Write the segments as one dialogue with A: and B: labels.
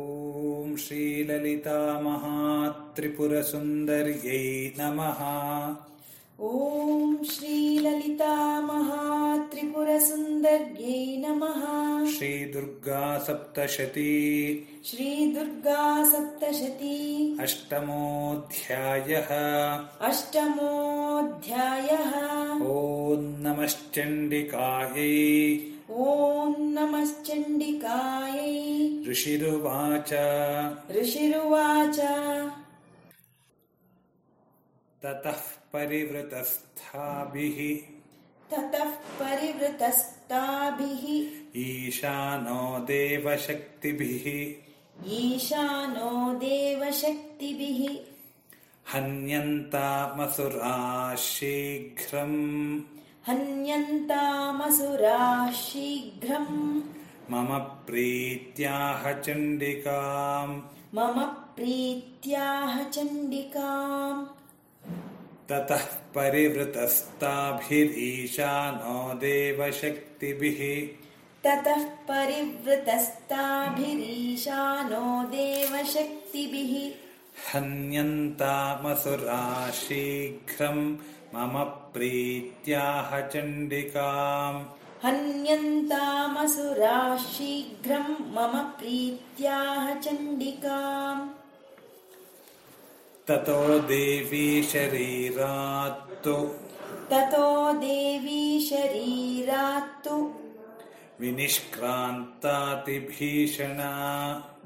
A: ॐ श्रीललितामहात्रिपुरसुन्दर्यै नमः
B: ॐ श्रीललितामहात्रिपुरसुन्दर्यै नमः
A: श्रीदुर्गा सप्तशती
B: श्रीदुर्गा सप्तशती
A: अष्टमोऽध्यायः
B: अष्टमोऽध्यायः
A: ॐ नमश्चण्डिकायै
B: ॐ नमश्चण्डिकायै
A: ऋषिरुवाच
B: ऋषिरुवाच
A: ततः परिवृतस्थाभिः
B: ततः परिवृतस्ताभिः
A: ईशानो देवशक्तिभिः
B: ईशानो देवशक्तिभिः
A: हन्यन्तामसुराः शीघ्रम्
B: हन्यन्तामसुराः शीघ्रम्
A: मम प्रीत्याह चण्डिकाम्
B: मम प्रीत्याह चण्डिकाम्
A: ततः परिवृतस्ताभिरीशानो देवशक्तिभिः
B: ततः परिवृतस्ताभिरीशानो देवशक्तिभिः
A: हन्यन्तामसुराः शीघ्रम् मम प्रीत्याह चण्डिकाम्
B: हन्यन्तामसुराः शीघ्रम् मम प्रीत्याः चण्डिकाम्
A: ततो देवी शरीरात्तु
B: ततो देवी शरीरात्तु
A: विनिष्क्रान्तातिभीषणा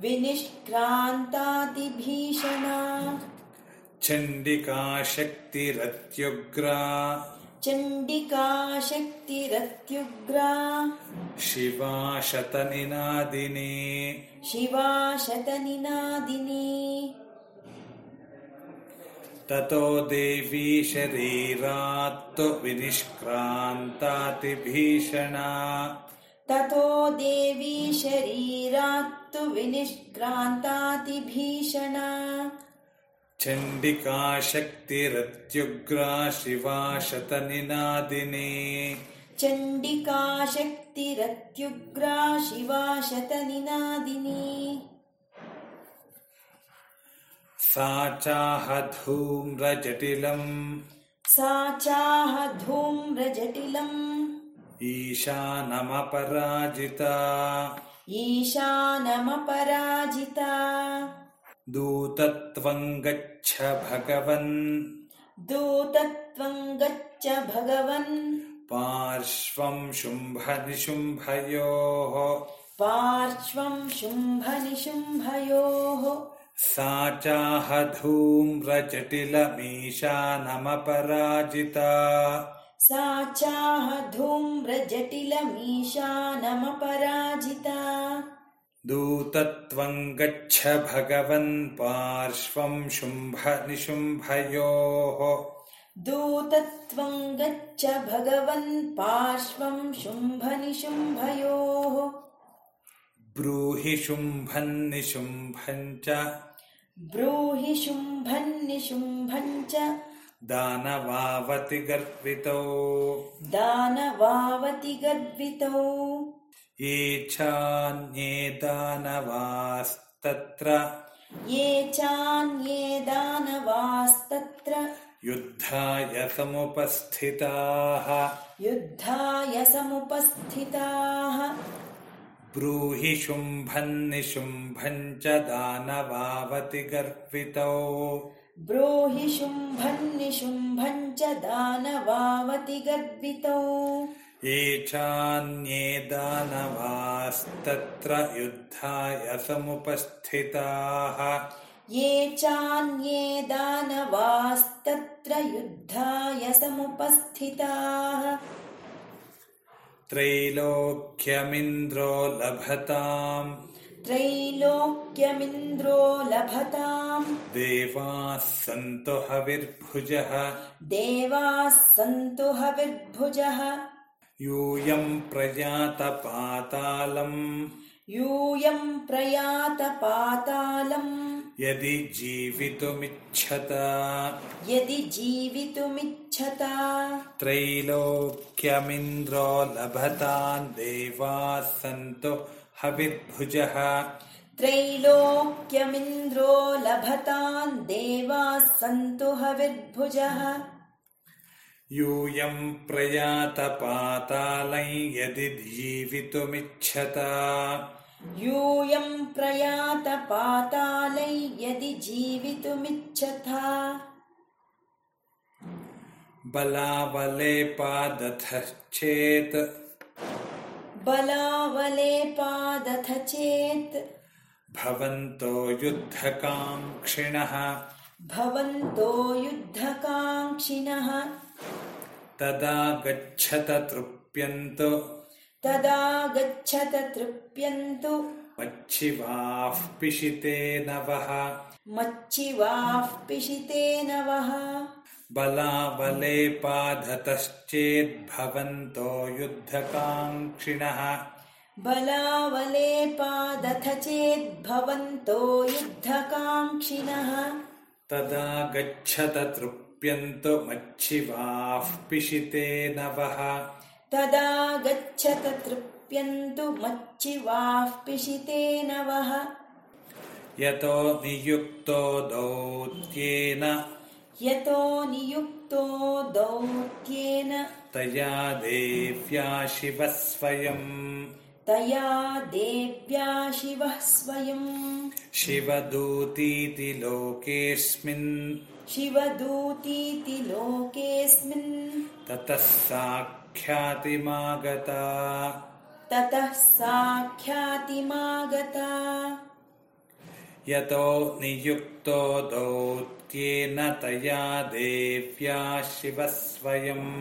B: विनिष्क्रान्तातिभीषणा
A: चण्डिका शक्तिरत्युग्रा
B: चण्डिका शक्तिरत्युग्रा
A: शिवा शतनिनादिनी
B: शिवा शतनिनादिनी
A: ततो देवी शरीरात्तु विनिष्क्रान्तातिभीषणा
B: ततो देवी शरीरात्तु विनिष्क्रान्तातिभीषणा
A: चण्डिका शक्तिरत्युग्रा शिवा शतनिनादिनी
B: चण्डिका शक्तिरत्युग्रा शिवा शतनिनादिनी
A: सा चाह धूम्रजटिलम्
B: सा चाह धूम्रजटिलम्
A: ईशानमपराजिता
B: ईशानमपराजिता
A: दूतत्वम् गच्छ भगवन्
B: दूतत्वम् गच्छ भगवन्
A: पार्श्वम् शुम्भनिशुम्भयोः
B: पार्श्वम् शुम्भनिशुम्भयोः
A: सा चाह धूम्रजटिलमीशानमपराजिता
B: सा चाह धूम्रजटिलमीशानमपराजिता
A: दूतत्वम् गच्छ भगवन् पार्श्वम् शुम्भनिशुम्भयोः
B: दूतत्वम् गच्छ भगवन् पार्श्वम् शुम्भनिशुम्भयोः
A: ब्रूहि शुम्भन्निशुम्भम् च
B: ब्रूहि शुम्भन्निशुम्भम् च
A: दानवावति गर्वितौ
B: दानवावति गर्वितौ
A: ये चान्ये दानवास्तत्र
B: ये चान्ये दानवास्तत्र
A: युद्धाय समुपस्थिताः
B: युद्धाय समुपस्थिताः
A: ब्रूहि शुम्भन्निशुम्भम् च दानवावति गर्वितौ
B: ब्रूहि शुम्भन्निशुम्भम् च दानवावति गर्वितौ
A: ये चान्ये दानवास्तत्र युद्धाय समुपस्थिताः
B: ये चान्ये दानवास्तत्र युद्धाय समुपस्थिताः
A: त्रैलोक्यमिन्द्रो लभताम्
B: त्रैलोक्यमिन्द्रो लभताम्
A: देवाः सन्तु हविर्भुजः
B: देवाः सन्तु हविर्भुजः
A: यूयम् प्रयात पातालम्
B: यूयम् प्रयात पातालम्
A: यदि जीवितुमिच्छत
B: यदि जीवितुमिच्छता
A: त्रैलोक्यमिन्द्रो लभतान् देवाः सन्तु हविर्भुजः
B: त्रैलोक्यमिन्द्रो लभतान् देवाः सन्तु हविर्भुजः
A: यूयं प्रयात पातालं यदि जीवितुमिच्छत
B: यूयं प्रयात पातालै यदि जीवितुमिच्छथा
A: बलाबलेपादथश्चेत्
B: बलावलेपादथ चेत्
A: भवन्तो युद्धकाङ्क्षिणः
B: भवन्तो युद्धकाङ्क्षिणः
A: तदा गच्छत तृप्यन्त
B: तदा गच्छत तृप्यन्तु
A: मच्छिवाः पिशिते नवः
B: मच्चिवाः पिशिते नवः
A: बलाबलेपाधतश्चेद्भवन्तो युद्धकाङ्क्षिणः
B: बलावलेपादथ चेद्भवन्तो युद्धकाङ्क्षिणः
A: तदा गच्छत तृप्यन्त मच्छिवाः पिशिते नवः
B: तदा गच्छत तृप्यन्तु मच्चिवाः पिशिते नवः
A: यतो नियुक्तो दौत्येन
B: यतो नियुक्तो दौत्येन
A: तया देव्या शिवः स्वयम्
B: तया देव्या शिवः स्वयम्
A: शिवदूतीति लोकेऽस्मिन्
B: शिवदूतीति लोकेऽस्मिन्
A: ततः साख्यातिमागता
B: ततः साख्यातिमागता
A: यतो नियुक्तो दौत्येन तया देव्या शिवः स्वयम्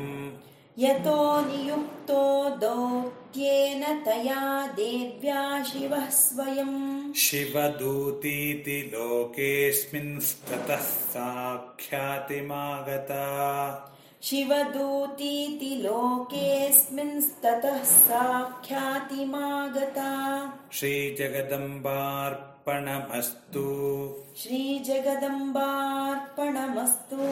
B: यतो नियुक्तो दौत्येन तया देव्या शिवः स्वयम्
A: शिवदूतीति लोकेऽस्मिन् ततः साख्यातिमागता
B: शिवदूतीति लोकेऽस्मिंस्ततः साख्यातिमागता
A: श्रीजगदम्बार्पणमस्तु
B: श्रीजगदम्बार्पणमस्तु